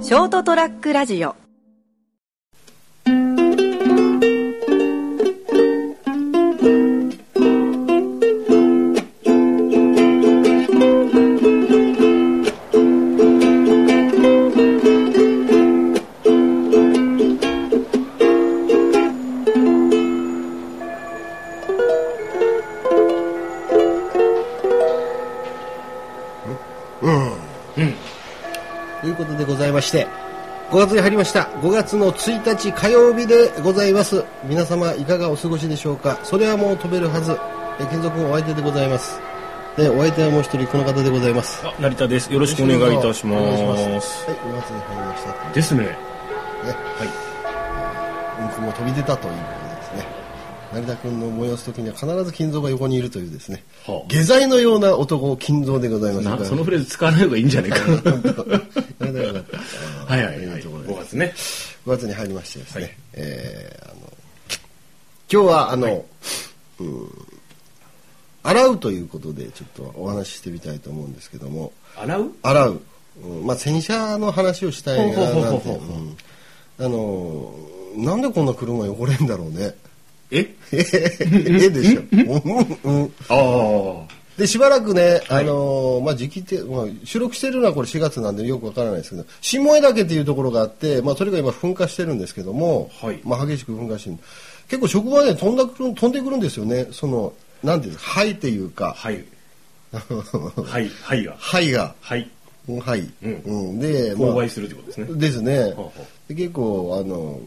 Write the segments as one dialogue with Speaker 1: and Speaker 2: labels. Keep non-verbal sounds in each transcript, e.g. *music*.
Speaker 1: ショートトラックラジオ
Speaker 2: ということでございまして5月に入りました5月の1日火曜日でございます皆様いかがお過ごしでしょうかそれはもう飛べるはずえ金属君お相手でございますでお相手はもう一人この方でございます
Speaker 3: あ成田です。よろしくお願いいたしま
Speaker 2: お願いします
Speaker 3: す。
Speaker 2: はい5月に入りましたね
Speaker 3: ですね。
Speaker 2: うんこも飛び出たということですね成田君の催す時には必ず金蔵が横にいるというですね、
Speaker 3: はあ
Speaker 2: 下剤のような男金蔵でございます
Speaker 3: なそのフレーズ使わない方がいいんじ
Speaker 2: *laughs*
Speaker 3: ゃないか
Speaker 2: あ
Speaker 3: な。
Speaker 2: れだよな
Speaker 3: はいはいはい。
Speaker 2: ところ
Speaker 3: 5月ね。
Speaker 2: 5月に入りましてですね、
Speaker 3: はい
Speaker 2: えーあの今日はあの、うん洗うということでちょっとお話ししてみたいと思うんですけども
Speaker 3: 洗う
Speaker 2: 洗う、うんまあ、洗車の話をしたいな
Speaker 3: ほうほ
Speaker 2: な
Speaker 3: うん
Speaker 2: て
Speaker 3: ほうほうほう
Speaker 2: うんあのなんでこんな車汚れんだろうね *laughs*
Speaker 3: え
Speaker 2: ええでし
Speaker 3: *laughs*
Speaker 2: ょ、うんうん
Speaker 3: ああ。
Speaker 2: でしばらくね、あのーまあ、時期って、まあ、収録してるのはこれ4月なんでよくわからないですけど下枝岳っていうところがあって、まあ、それが今噴火してるんですけども、
Speaker 3: はい
Speaker 2: まあ、激しく噴火してる結構職場で飛んだくる飛んでくるんですよねそのなんていうんですか灰っていうか
Speaker 3: はい。
Speaker 2: *laughs*
Speaker 3: はい。はいが。
Speaker 2: 灰が
Speaker 3: はい。
Speaker 2: うん灰、
Speaker 3: うん
Speaker 2: んで、まあ
Speaker 3: 購買するってことですね。
Speaker 2: ですね
Speaker 3: ほうほ
Speaker 2: で結構あの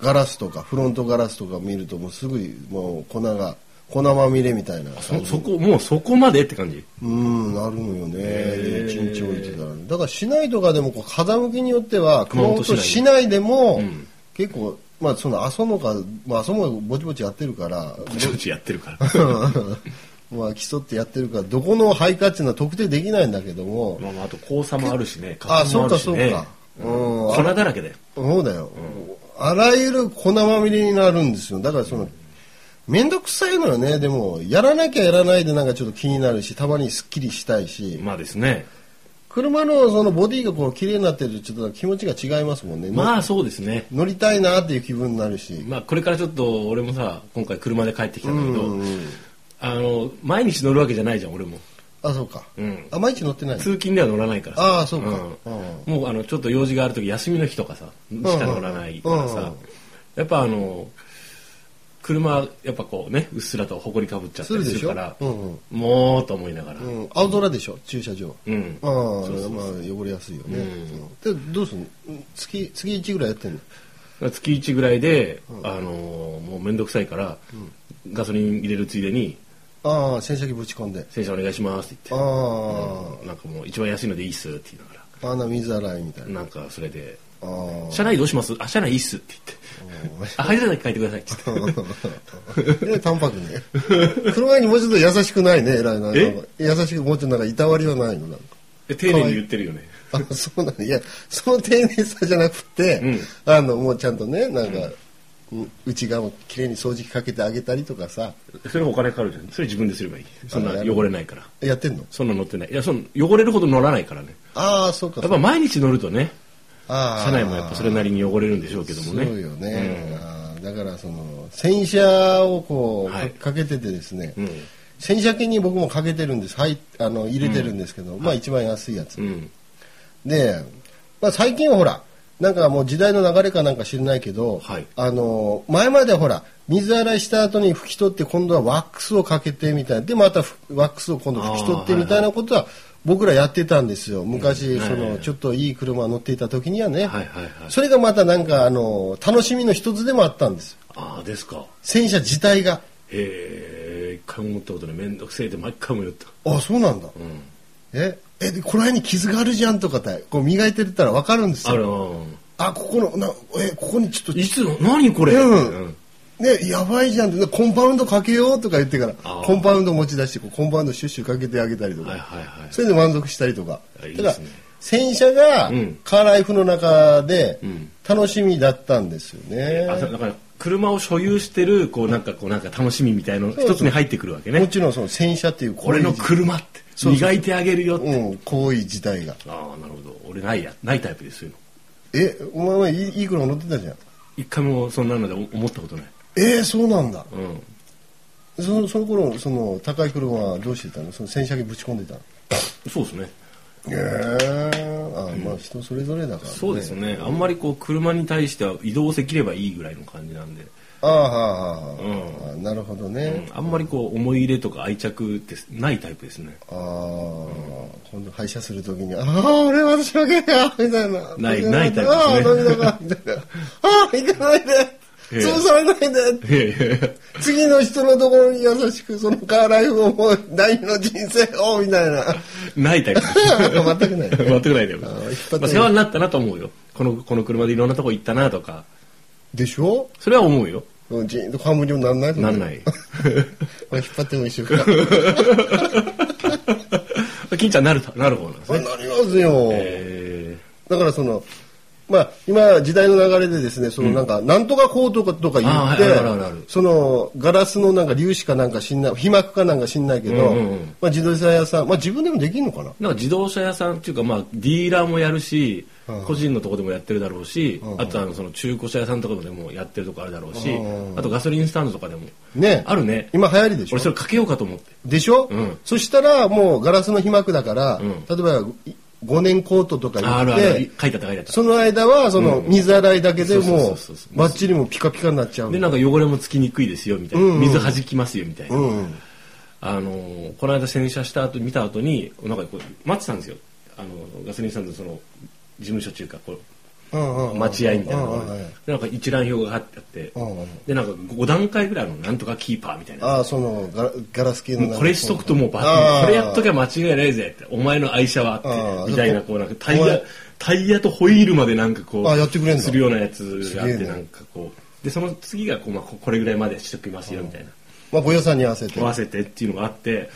Speaker 2: ガラスとかフロントガラスとか見るともうすぐもう粉が粉まみれみたいな
Speaker 3: そ、そこ、もうそこまでって感じ。
Speaker 2: うん、なるのよね。
Speaker 3: へ
Speaker 2: 一
Speaker 3: ー
Speaker 2: 日置いてたらね。だから市内とかでもこう風向きによっては熊
Speaker 3: 熊
Speaker 2: 本
Speaker 3: 本
Speaker 2: 市
Speaker 3: 市
Speaker 2: 内でも
Speaker 3: ん
Speaker 2: 結構まあその阿蘇のかまあ阿蘇もぼちぼちやってるから。 *laughs*
Speaker 3: ぼちぼちやってるから。
Speaker 2: まあ競ってやってるからどこの配下っていうのは特定できないんだけども。
Speaker 3: *laughs* まあまあ、あと、交差もあるしね。
Speaker 2: あ、
Speaker 3: 花粉も
Speaker 2: そうか
Speaker 3: るし
Speaker 2: そう
Speaker 3: ね
Speaker 2: か。うん。
Speaker 3: 粉だらけだよ。
Speaker 2: そうだよ、あらゆる粉まみれになるんですよだからその面倒くさいのよねでもやらなきゃやらないでなんかちょっと気になるしたまにすっきりしたいし、
Speaker 3: まあですね。
Speaker 2: 車のそのボディがこう綺麗になってるとちょっと気持ちが違いますもんね、
Speaker 3: ま
Speaker 2: の
Speaker 3: あそうですね。
Speaker 2: 乗りたいなっていう気分になるし、
Speaker 3: まあこれからちょっと俺もさ、今回車で帰ってきた
Speaker 2: うん
Speaker 3: だけ
Speaker 2: ん
Speaker 3: ど、
Speaker 2: うん
Speaker 3: あの、毎日乗るわけじゃないじゃん、俺も。
Speaker 2: あそうか、
Speaker 3: うん
Speaker 2: あ毎日乗ってない
Speaker 3: 通勤では乗らないから
Speaker 2: ああそうか
Speaker 3: うんもうあのちょっと用事がある時休みの日とかさしか乗らないから
Speaker 2: うんう
Speaker 3: さ
Speaker 2: ん
Speaker 3: やっぱあの車やっぱこうねうっすらと埃かぶっちゃったり
Speaker 2: する
Speaker 3: す
Speaker 2: でしょ
Speaker 3: るから
Speaker 2: うんうん
Speaker 3: もうと思いながら
Speaker 2: うん、青空でしょ駐車場
Speaker 3: うん
Speaker 2: ああまあ汚れやすいよね、うんでどうすんのうん月月1ぐらいやってんの
Speaker 3: 月1ぐらいであのもう面倒くさいからガソリン入れるついでに
Speaker 2: ああ洗車機ぶち込んで
Speaker 3: 「洗車お願いします」って
Speaker 2: あ
Speaker 3: 言って
Speaker 2: あ、
Speaker 3: 「なんかもう一番安いのでいいっす」って言いなが
Speaker 2: あんな水洗いみたい
Speaker 3: ら
Speaker 2: な
Speaker 3: なんかそれで
Speaker 2: あ
Speaker 3: 「
Speaker 2: あ
Speaker 3: 車内どうします?」「あ車内いいっす」って言って「あ入れただけ書いてください」って言って
Speaker 2: え淡白ね車にもうちょっと優しくないね偉いな
Speaker 3: え
Speaker 2: 優しくもうちょっとなんかいたわりはないのなんか
Speaker 3: で丁寧に言ってるよね
Speaker 2: あそうなんだいやその丁寧さじゃなくて、
Speaker 3: うん
Speaker 2: あのもうちゃんとねなんか、うん内側も綺麗に掃除機かけてあげたりとかさ
Speaker 3: それがお金かかるじゃんそれ自分ですればいいそんな汚れないから
Speaker 2: やってんの
Speaker 3: そんな乗ってないいやその汚れるほど乗らないからね
Speaker 2: ああそうか
Speaker 3: やっぱ毎日乗るとね
Speaker 2: ああ
Speaker 3: 車内もやっぱそれなりに汚れるんでしょうけどもね
Speaker 2: そうよね、ああだからその洗車をこう、
Speaker 3: はい
Speaker 2: かかけててですね、
Speaker 3: うん
Speaker 2: 洗車機に僕もかけてるんです、はい、あの入れてるんですけど、まあ一番安いやつ、
Speaker 3: うん、うん
Speaker 2: で、まあ、最近はほらなんかもう時代の流れかなんか知らないけど、
Speaker 3: はい
Speaker 2: あの前まではほら水洗いした後に拭き取って今度はワックスをかけてみたいなでまたふワックスを今度拭き取ってみたいなことは僕らやってたんですよ昔そのちょっといい車乗っていた時にはね、
Speaker 3: はいはいはい
Speaker 2: それがまたなんかあの楽しみの一つでもあったんです
Speaker 3: ああですか
Speaker 2: 洗車自体が
Speaker 3: へえ一回も思ったことない面倒くせえって毎回思いよった
Speaker 2: あそうなんだ、
Speaker 3: うん
Speaker 2: ええでこの辺に傷があるじゃんとかってこう磨いてたら分かるんです
Speaker 3: あ
Speaker 2: よ
Speaker 3: らうん
Speaker 2: あここのなえここにちょっと
Speaker 3: いつの何これ、
Speaker 2: うん
Speaker 3: うん
Speaker 2: ね、やばいじゃんってコンパウンドかけようとか言ってから
Speaker 3: あー
Speaker 2: コンパウンド持ち出してこうコンパウンドシュッシュかけてあげたりとか、
Speaker 3: はいはいはい
Speaker 2: それで満足したりとか
Speaker 3: あいい
Speaker 2: だ
Speaker 3: で
Speaker 2: か
Speaker 3: す
Speaker 2: ら
Speaker 3: ね
Speaker 2: 洗車が
Speaker 3: うん
Speaker 2: カーライフの中で
Speaker 3: ん
Speaker 2: 楽しみだったんですよね、
Speaker 3: あだから車を所有してるこうなんかこうなんか楽しみみたいの一つに入ってくるわけね
Speaker 2: もちろんその洗車っていう
Speaker 3: 俺の車って
Speaker 2: そう
Speaker 3: 磨いてあげるよって。
Speaker 2: うん、行為自体が。
Speaker 3: ああ、なるほど。俺ないや、ないタイプですよ。
Speaker 2: え、お前はいいい車乗ってたじゃん。
Speaker 3: 一回もそんなのでお思ったことない。
Speaker 2: えー、そうなんだ。
Speaker 3: うん。
Speaker 2: そのその頃、その高い車はどうしてたのその洗車機ぶち込んでたの
Speaker 3: そうですね。
Speaker 2: えあまあ人それぞれだから、ね
Speaker 3: そうですね。あんまりこう、車に対しては移動できればいいぐらいの感じなんで、
Speaker 2: ああはあはあ、あなるほど
Speaker 3: う
Speaker 2: ね、
Speaker 3: んあんまりこう、思い入れとか愛着ってないタイプですね。
Speaker 2: ああ今度廃車するときに「ああ俺私負けだよ」みたいな
Speaker 3: ない
Speaker 2: 負け
Speaker 3: ないタイプ
Speaker 2: ああ
Speaker 3: です
Speaker 2: どう
Speaker 3: ね
Speaker 2: だかみ
Speaker 3: *laughs*
Speaker 2: たいな「ああ行かないで
Speaker 3: ええ
Speaker 2: 潰されないで
Speaker 3: いやいやいや
Speaker 2: 次の人のところに優しくそのカーライフをもう第二の人生を」みたいな
Speaker 3: ないタイプです。
Speaker 2: 全くない
Speaker 3: *laughs* 全くないだよ。 *laughs* ま
Speaker 2: あー引っ張ってる
Speaker 3: あ、世話になったなと思うよ。この、この車でいろんなとこ行ったなとか、
Speaker 2: でしょ
Speaker 3: それは思うよ。
Speaker 2: うんじーんと半分にもなんないと思
Speaker 3: な
Speaker 2: うん
Speaker 3: ない。
Speaker 2: これ引っ張っても
Speaker 3: *laughs*
Speaker 2: 一緒か
Speaker 3: 金ちゃんなるた、なる方なんです
Speaker 2: あな
Speaker 3: ね。
Speaker 2: りますよ、
Speaker 3: え
Speaker 2: だからその、まあ、今、時代の流れでですね、そのなんか、なんとかこうとかとか言っ
Speaker 3: あーあるあるあ
Speaker 2: て
Speaker 3: る、
Speaker 2: その、ガラスのなんか粒子かなんか知んない、皮膜かなんか知んないけど
Speaker 3: うんうんうん、
Speaker 2: まあ、自動車屋さん、まあ、自分でもできるのかな
Speaker 3: ーなんか自動車屋さんっていうか、まあ、ディーラーもやるし、個人のとこでもやってるだろうし、あとあのその中古車屋さんとかでもやってるとこあるだろうし、あとガソリンスタンドとかでも。
Speaker 2: ね
Speaker 3: あるね。
Speaker 2: 今流行りでしょ
Speaker 3: 俺それかけようかと思って。
Speaker 2: でしょ、
Speaker 3: うん
Speaker 2: そしたら、もうガラスの皮膜だから、
Speaker 3: ん
Speaker 2: 例えば、5年コートとか
Speaker 3: あある
Speaker 2: 言
Speaker 3: あ
Speaker 2: っ
Speaker 3: る
Speaker 2: て、。
Speaker 3: 書いてあった書いてあった。
Speaker 2: その間は、その、水洗いだけで
Speaker 3: そ
Speaker 2: も
Speaker 3: うそうそうそう
Speaker 2: う、バッチリもうピカピカになっちゃう
Speaker 3: で、。なんか汚れもつきにくいですよ、みたいな。水弾きますよ、みたいな。
Speaker 2: うんうん。
Speaker 3: あのーこの間洗車した後見た後になんかこう待ってたんですよあのガソリンスタンドのその事務所中かこ
Speaker 2: うんうんう
Speaker 3: うん待合みたいなの
Speaker 2: うん
Speaker 3: が
Speaker 2: うん
Speaker 3: で
Speaker 2: うん
Speaker 3: なんか一覧表があってあって
Speaker 2: うんうん
Speaker 3: でなんか5段階ぐらいのなんとかキーパーみたいな
Speaker 2: ああ、そのガラ、ガラス系のなんか
Speaker 3: これしとくともうバ
Speaker 2: あ
Speaker 3: ッ
Speaker 2: ー
Speaker 3: これやっときゃ間違いないぜってお前の愛車は
Speaker 2: あ
Speaker 3: っ
Speaker 2: ー
Speaker 3: てみたいな
Speaker 2: そこ
Speaker 3: こうなんかタイ
Speaker 2: お
Speaker 3: ヤ
Speaker 2: 前
Speaker 3: タイヤとホイールまでなんかこう
Speaker 2: あやってくれんだ
Speaker 3: するようなやつがあっ
Speaker 2: すげ
Speaker 3: て
Speaker 2: えな
Speaker 3: なんかこうでその次がこう、まあ、ここれぐらいまでしときますよみたいな
Speaker 2: まあ、ご予算に合わせて。
Speaker 3: 合わせてっていうのがあって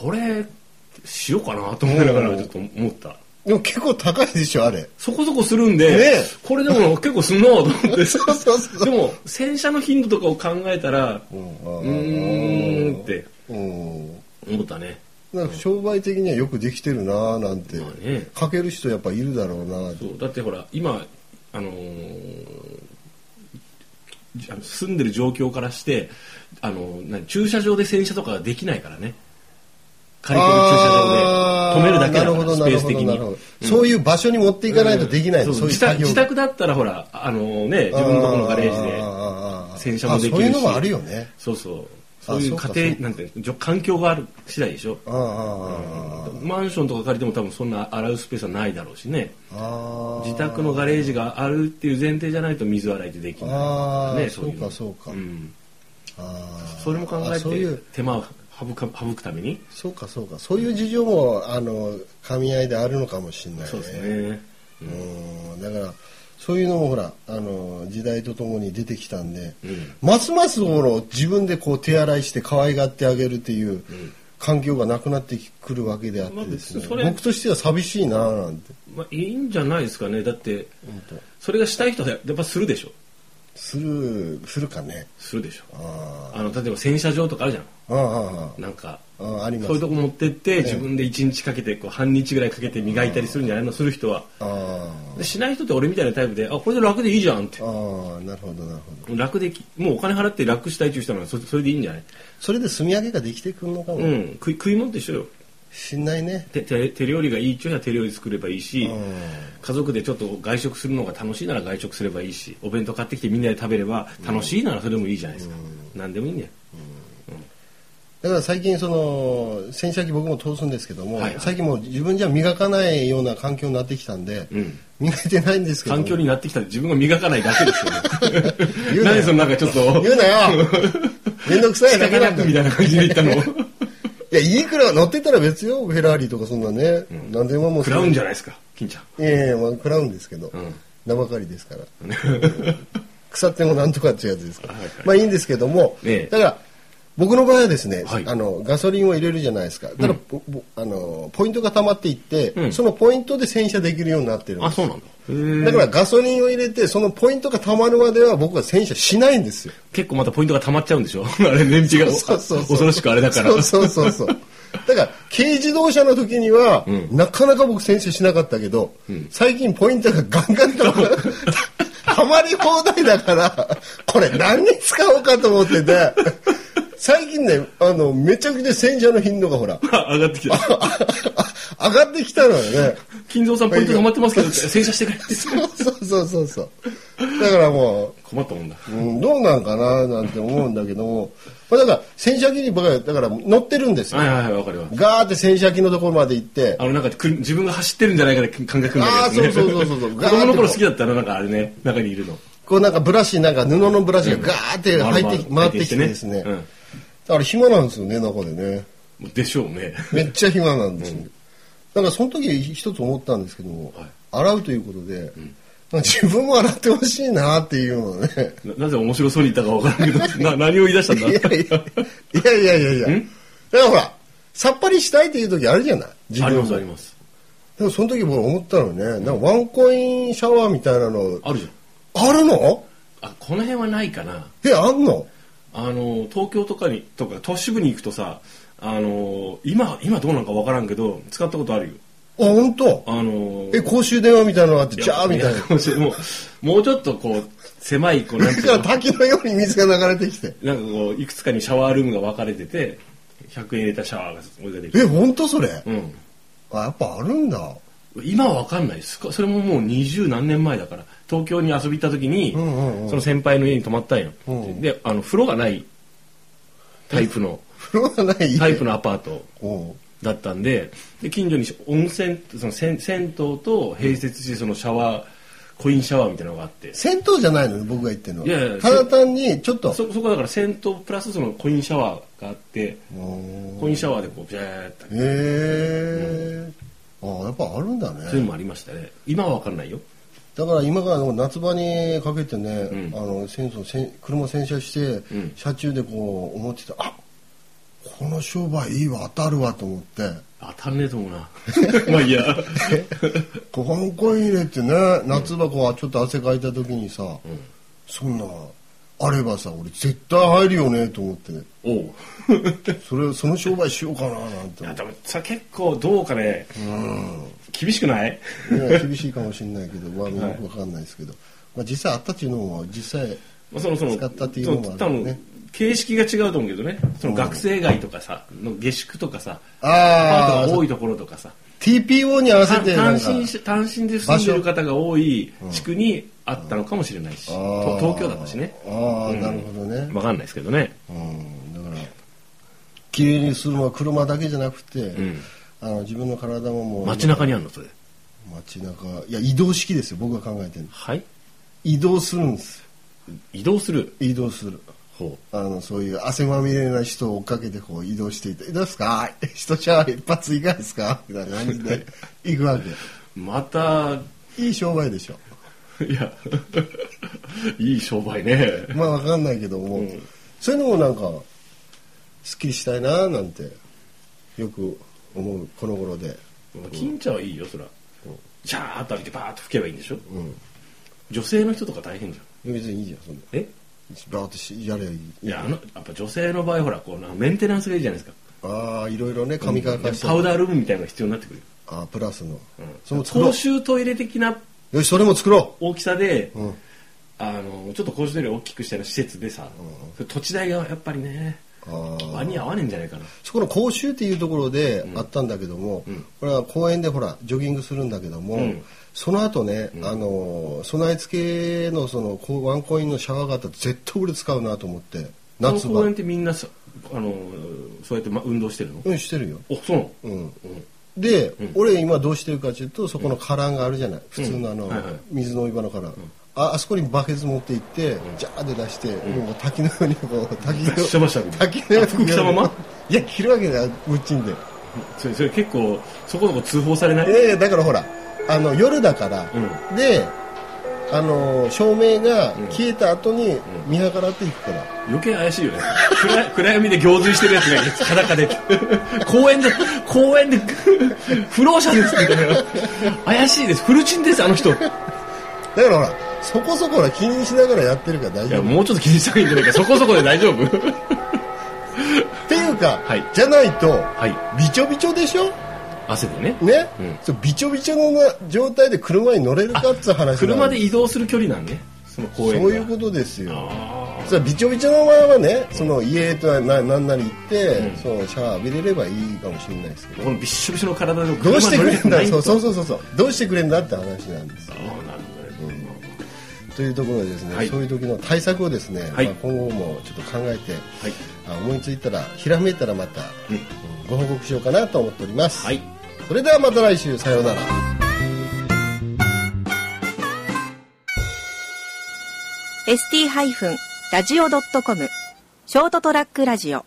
Speaker 3: これしようかなと思いながらちょっと思った
Speaker 2: でも結構高いでしょ、あれ。
Speaker 3: そこそこするんで、
Speaker 2: ねえ
Speaker 3: これでも結構すんなと思って
Speaker 2: *laughs* そうそうそう
Speaker 3: でも洗車の頻度とかを考えたらうーんって
Speaker 2: うん。
Speaker 3: 思ったね
Speaker 2: なんか商売的にはよくできてるなぁなんて、
Speaker 3: まあね
Speaker 2: かける人やっぱいるだろうなぁ
Speaker 3: そ
Speaker 2: と
Speaker 3: うだってほら今、あのーじあの住んでる状況からして、あのー何駐車場で洗車とかができないからね借りてる駐車
Speaker 2: あー
Speaker 3: 場で止めるだけだから
Speaker 2: なるほど
Speaker 3: スペース的
Speaker 2: な
Speaker 3: に
Speaker 2: るほどなるほどそういう場所に持っていかないとできない、
Speaker 3: うん
Speaker 2: そういう
Speaker 3: 自
Speaker 2: 作
Speaker 3: 宅
Speaker 2: 業
Speaker 3: 自宅だったらほらあのね自分のところのガレージで
Speaker 2: あー
Speaker 3: 洗車もできるし
Speaker 2: あそういうのもあるよね
Speaker 3: そうそうそういう
Speaker 2: あそうか
Speaker 3: 家
Speaker 2: そう
Speaker 3: 庭
Speaker 2: か
Speaker 3: なんていうのじょ環境がある次第でしょ
Speaker 2: あーあー
Speaker 3: マンションとか借りても多分そんな洗うスペースはないだろうしね
Speaker 2: あー
Speaker 3: 自宅のガレージがあるっていう前提じゃないと水洗いってできない
Speaker 2: あー
Speaker 3: ね
Speaker 2: そうかそうか、
Speaker 3: ん
Speaker 2: あー
Speaker 3: それも考
Speaker 2: あ
Speaker 3: え
Speaker 2: そうい
Speaker 3: て
Speaker 2: う
Speaker 3: 手間を省か省くために
Speaker 2: そうかそうかそういう事情もあの噛み合いであるのかもしれないね
Speaker 3: そうですね
Speaker 2: うんだからそういうのもほらあの時代とともに出てきたんで、
Speaker 3: ん
Speaker 2: ますますほら自分でこう手洗いして可愛がってあげるっていう環境がなくなってくるわけであってです
Speaker 3: まあ
Speaker 2: ね、
Speaker 3: それ
Speaker 2: 僕としては寂しいなあなんて
Speaker 3: まあいいんじゃないですかねだって
Speaker 2: 本当
Speaker 3: それがしたい人はやっぱするでしょ
Speaker 2: するするかね
Speaker 3: するでしょ
Speaker 2: あ
Speaker 3: あの例えば洗車場とかあるじゃん
Speaker 2: ああ
Speaker 3: なんか
Speaker 2: あああありま
Speaker 3: そういう
Speaker 2: す
Speaker 3: とこ持ってって自分で1日かけてこう半日ぐらいかけて磨いたりするんじゃないのする人は
Speaker 2: あ
Speaker 3: でしない人って俺みたいなタイプであこれで楽でいいじゃんって
Speaker 2: あああなるほどなるほど
Speaker 3: 楽できもうお金払って楽したいっていう人ならそそれでいいんじゃない
Speaker 2: それで住み上げができてくるのかも、
Speaker 3: うん食い食い物と一緒よ
Speaker 2: しんないね
Speaker 3: 手手手料理がいいっていう人は手料理作ればいいし
Speaker 2: うん
Speaker 3: 家族でちょっと外食するのが楽しいなら外食すればいいしお弁当買ってきてみんなで食べれば楽しいならそれでもいいじゃないですか何でもいいんだよ
Speaker 2: だから最近その洗車機僕も通すんですけども、
Speaker 3: はいはい
Speaker 2: 最近もう自分じゃ磨かないような環境になってきたんで、
Speaker 3: ん
Speaker 2: 磨いてないんですけど
Speaker 3: 環境になってきたら自分が磨かないだけです
Speaker 2: *laughs* 言
Speaker 3: よ
Speaker 2: うなよ
Speaker 3: 何そのなんかちょっと
Speaker 2: 言うな
Speaker 3: *laughs*
Speaker 2: よめんどくさいだけ
Speaker 3: な
Speaker 2: なん
Speaker 3: く
Speaker 2: だ
Speaker 3: みたいな感じで言ったの
Speaker 2: いやいい車乗ってたら別よフェラーリとかそんなね、何千万も
Speaker 3: 食らうんじゃ
Speaker 2: ゃ
Speaker 3: ないですか金ちゃん
Speaker 2: いやいや、まあ、食らうんですけど、
Speaker 3: ん
Speaker 2: 名ばかりですから腐ってもなんとかっていうやつですから、
Speaker 3: はいはい
Speaker 2: まあいいんですけども、
Speaker 3: ええ
Speaker 2: だから僕の場合はですね、
Speaker 3: はい
Speaker 2: あのガソリンを入れるじゃないですか。ただ、ぼぼあのポイントが溜まっていって、
Speaker 3: うん
Speaker 2: そのポイントで洗車できるようになってるんです。
Speaker 3: あそうなんだへー
Speaker 2: だからガソリンを入れてそのポイントが溜まるまでは僕は洗車しないんですよ。
Speaker 3: 結構またポイントが溜まっちゃうんでしょ *laughs* あれ、燃費が
Speaker 2: そうそうそう
Speaker 3: 恐ろしくあれだから。
Speaker 2: そうそうそうそう。だから軽自動車の時には、
Speaker 3: うん
Speaker 2: なかなか僕洗車しなかったけど、
Speaker 3: うん
Speaker 2: 最近ポイントがガンガンたま
Speaker 3: *laughs*
Speaker 2: たまり放題だからこれ何に使おうかと思ってて最近ねあのめちゃくちゃ洗車の頻度がほら *laughs*
Speaker 3: *laughs* 上がってきた。
Speaker 2: 上がってきたのよね
Speaker 3: 金蔵さんポイントが余ってますけど、 *laughs* 洗車してくれって。
Speaker 2: そうそうそうそうだからもう
Speaker 3: 困ったもんだ。
Speaker 2: うん、どうなんかななんて思うんだけども、まあ、だから洗車機に僕はだから乗ってるんですよ、
Speaker 3: はいはいはい、わかるわ。
Speaker 2: ガーって洗車機のところまで行って
Speaker 3: あの、なんかく、自分が走ってるんじゃないかって感覚になるやつね。
Speaker 2: あーそうそうそうそう
Speaker 3: *laughs* 子供の頃好きだったら、なんかあれね、中にいるの。
Speaker 2: こうなんかブラシなんか布のブラシがガーって入ってき、
Speaker 3: ま
Speaker 2: 回
Speaker 3: あ
Speaker 2: ってきてですね、
Speaker 3: うん
Speaker 2: だから暇なんですよね中でね
Speaker 3: もうでしょうね。 *laughs*
Speaker 2: めっちゃ暇なんですよ、だからその時一つ思ったんですけども、
Speaker 3: はい
Speaker 2: 洗うということで、なんか自分も洗ってほしいなっていう
Speaker 3: *laughs*
Speaker 2: のをね
Speaker 3: ななぜ面白そうに言ったかわからんけど、な何を言い出したん
Speaker 2: い
Speaker 3: だ
Speaker 2: やいやいやいやいやいやだ
Speaker 3: ん
Speaker 2: からほらさっぱりしたいっていう時あるじゃない自
Speaker 3: あり
Speaker 2: 分
Speaker 3: ます
Speaker 2: も
Speaker 3: あります。
Speaker 2: でもその時僕思ったのね、なんかワンコインシャワーみたいなの
Speaker 3: あるじゃん。
Speaker 2: あるの
Speaker 3: あ、この辺はないかな。
Speaker 2: え、あんの
Speaker 3: あの東京とかにとか都市部に行くとさあの今今どうなんかわからんけど使ったことあるよ
Speaker 2: あ、本当。
Speaker 3: あの
Speaker 2: え、公衆電話みたいなのがあって、ジャーみたいな。
Speaker 3: なもうもうちょっとこう狭いこうなんて
Speaker 2: だ
Speaker 3: い
Speaker 2: か
Speaker 3: う
Speaker 2: ら
Speaker 3: の
Speaker 2: 滝のように水が流れてきて。
Speaker 3: なんかこういくつかにシャワールームが分かれてて100円入れたシャワーがそれが出る、
Speaker 2: え、本当それ、
Speaker 3: うん、
Speaker 2: あ、やっぱあるんだ。
Speaker 3: 今は分かんないですそれももう二十何年前だから東京に遊び行った時に、
Speaker 2: んうんうん
Speaker 3: その先輩の家に泊まったんよ、
Speaker 2: うん
Speaker 3: であの風呂がないタイプの
Speaker 2: 風呂がない
Speaker 3: タイプのアパート
Speaker 2: うん
Speaker 3: だったんでで近所に温泉その銭銭湯と併設してそのシャワーコインシャワーみたいなのがあってそ
Speaker 2: 銭湯じゃないのね、僕が言ってるのは。
Speaker 3: いやいや
Speaker 2: ただ単に、ちょっと。
Speaker 3: そこはだから銭湯プラスそのコインシャワーがあって
Speaker 2: うん
Speaker 3: コインシャワーでこうビャーって
Speaker 2: へえ。あ、やっぱあるんだ
Speaker 3: そういうの
Speaker 2: ね。
Speaker 3: もありましたね今は分かんないよ
Speaker 2: だから今からもう夏場にかけてね、
Speaker 3: うん
Speaker 2: あの戦争せん車洗車して、
Speaker 3: ん
Speaker 2: 車中でこう思ってたあこの商売いいわ当たるわと思って
Speaker 3: 当たんねえと思うな *laughs* まあいいや
Speaker 2: こうワンコイン入れってね夏場こうちょっと汗かいた時にさ、そんなあればさ俺絶対入るよねと思って
Speaker 3: おう
Speaker 2: それその商売しようかななんて
Speaker 3: いやでもさ結構どうかね厳しくない
Speaker 2: ね厳しいかもしれないけど、まあ、よくわかんないですけど、まあ、実際あったっていうのも実際
Speaker 3: まあそのその
Speaker 2: 使ったっていうのもあるよね
Speaker 3: その多分形式が違うと思うけどねその学生街とかさの下宿とかさアパー
Speaker 2: あ
Speaker 3: トが多
Speaker 2: あ
Speaker 3: いところとかさ
Speaker 2: TPO に合わせ
Speaker 3: 単
Speaker 2: てなん
Speaker 3: 単
Speaker 2: か
Speaker 3: 身し単身で住んでる方が多い地区にあったのかもしれないし、
Speaker 2: あ
Speaker 3: と
Speaker 2: ー
Speaker 3: 東京だったしね
Speaker 2: ああ、なるほどね、
Speaker 3: 分かんないですけどね
Speaker 2: うんだから綺麗にするのは車だけじゃなくて、
Speaker 3: ん
Speaker 2: あの自分の体ももう
Speaker 3: 街中にあるのそれ
Speaker 2: 街中いや移動式ですよ僕が考えてるの
Speaker 3: はい
Speaker 2: 移動するんですよ
Speaker 3: 移動する
Speaker 2: 移動する
Speaker 3: 方
Speaker 2: あのそういう汗まみれな人を追っかけてこう移動していて「どうですか *laughs* 人シャワー一発いかがですか?」みたいな感じで行くわけ
Speaker 3: また
Speaker 2: いい商売でしょ
Speaker 3: いや *laughs* いい商売ね
Speaker 2: まあわかんないけども、そういうのもなんかすっきりしたいななんてよく思うこの頃で
Speaker 3: 金茶はいいよそらシャーッと浴びてバーッと吹けばいいんでしょ、
Speaker 2: ん
Speaker 3: 女性の人とか大変じゃん
Speaker 2: 別にいいじゃんそんな
Speaker 3: え
Speaker 2: バーッとしやりゃいい
Speaker 3: いやあのやっぱ女性の場合ほらこうなメンテナンスがいいじゃないですか
Speaker 2: ああいろいろね髪乾かして
Speaker 3: パウダールームみたいなのが必要になってくるよ
Speaker 2: あープラスの、その作ろ
Speaker 3: 公
Speaker 2: う
Speaker 3: 衆トイレ的な
Speaker 2: よしそれも作ろ
Speaker 3: 大きさで、
Speaker 2: う、うん、
Speaker 3: あのちょっと公衆トイレを大きくしたような施設でさ、土地代がやっぱりね
Speaker 2: あー
Speaker 3: 場に合わねえんじゃないかな
Speaker 2: そこの講習っていうところであったんだけども、これは公園でほらジョギングするんだけども、
Speaker 3: ん
Speaker 2: その後ね、あのー備え付けのそのこうワンコインのシャワーがあったら絶対俺使うなと思って夏
Speaker 3: その公園
Speaker 2: 場
Speaker 3: ってみんなさあのそうやってま運動してるの
Speaker 2: うんしてるよ
Speaker 3: おそうなの
Speaker 2: うんで、俺今どうしてるかというとそこのカランがあるじゃない普通のあの、
Speaker 3: はいはい
Speaker 2: 水の置い場のカラン、ああそこにバケツ持って行って、ジャーで出して、もう滝のようにこう滝の
Speaker 3: 出しちゃいましたね
Speaker 2: 滝のように
Speaker 3: 服着たまま
Speaker 2: いや着るわけだようっちんで
Speaker 3: それそれ結構そこそこ通報されない、
Speaker 2: ええだからほらあの夜だから、
Speaker 3: う
Speaker 2: であの照明が消えた後に見計らっていくから、
Speaker 3: 余計怪しいよね暗い *laughs* 暗闇で行水してるやつがいる裸で *laughs* 公園で公園で *laughs* 不老者ですみたいな怪しいですフルチンですあの人い
Speaker 2: だからほらそこそこほら気にしながらやってるから大丈
Speaker 3: や
Speaker 2: 夫
Speaker 3: もうちょっと気にした方がいいんじゃないかそこそこで大丈夫
Speaker 2: っていうか、
Speaker 3: はい
Speaker 2: じゃないと、
Speaker 3: はい
Speaker 2: びちょびちょでしょ
Speaker 3: 汗でね
Speaker 2: ね、
Speaker 3: うん
Speaker 2: そうびちょびちょのな状態で車に乗れるかっつう話なん
Speaker 3: 車で移動する距離なんねその
Speaker 2: そう
Speaker 3: 公園が
Speaker 2: いうことですよ
Speaker 3: あ
Speaker 2: それはびちょびちょの場合はねその家とはななんなり行って、
Speaker 3: ん
Speaker 2: そのシャワー浴びれればいいかもしれないですけ
Speaker 3: ー
Speaker 2: ど
Speaker 3: このびっしょびしょの体の
Speaker 2: どうしてくれんだ
Speaker 3: そ
Speaker 2: そううそう
Speaker 3: そ
Speaker 2: うそうそうそうどうしてくれんだって話なんですよ
Speaker 3: なるほどね
Speaker 2: というところでですね、
Speaker 3: はい
Speaker 2: そういう時の対策をですね、
Speaker 3: はい
Speaker 2: まあ今後もちょっと考えて、
Speaker 3: はい
Speaker 2: あ思いついたらひらめいたらまた、
Speaker 3: うん
Speaker 2: うんご報告しようかなと思っております、
Speaker 3: はい
Speaker 2: それではまた来週さようなら
Speaker 1: ST-radio.com ショートトラックラジオ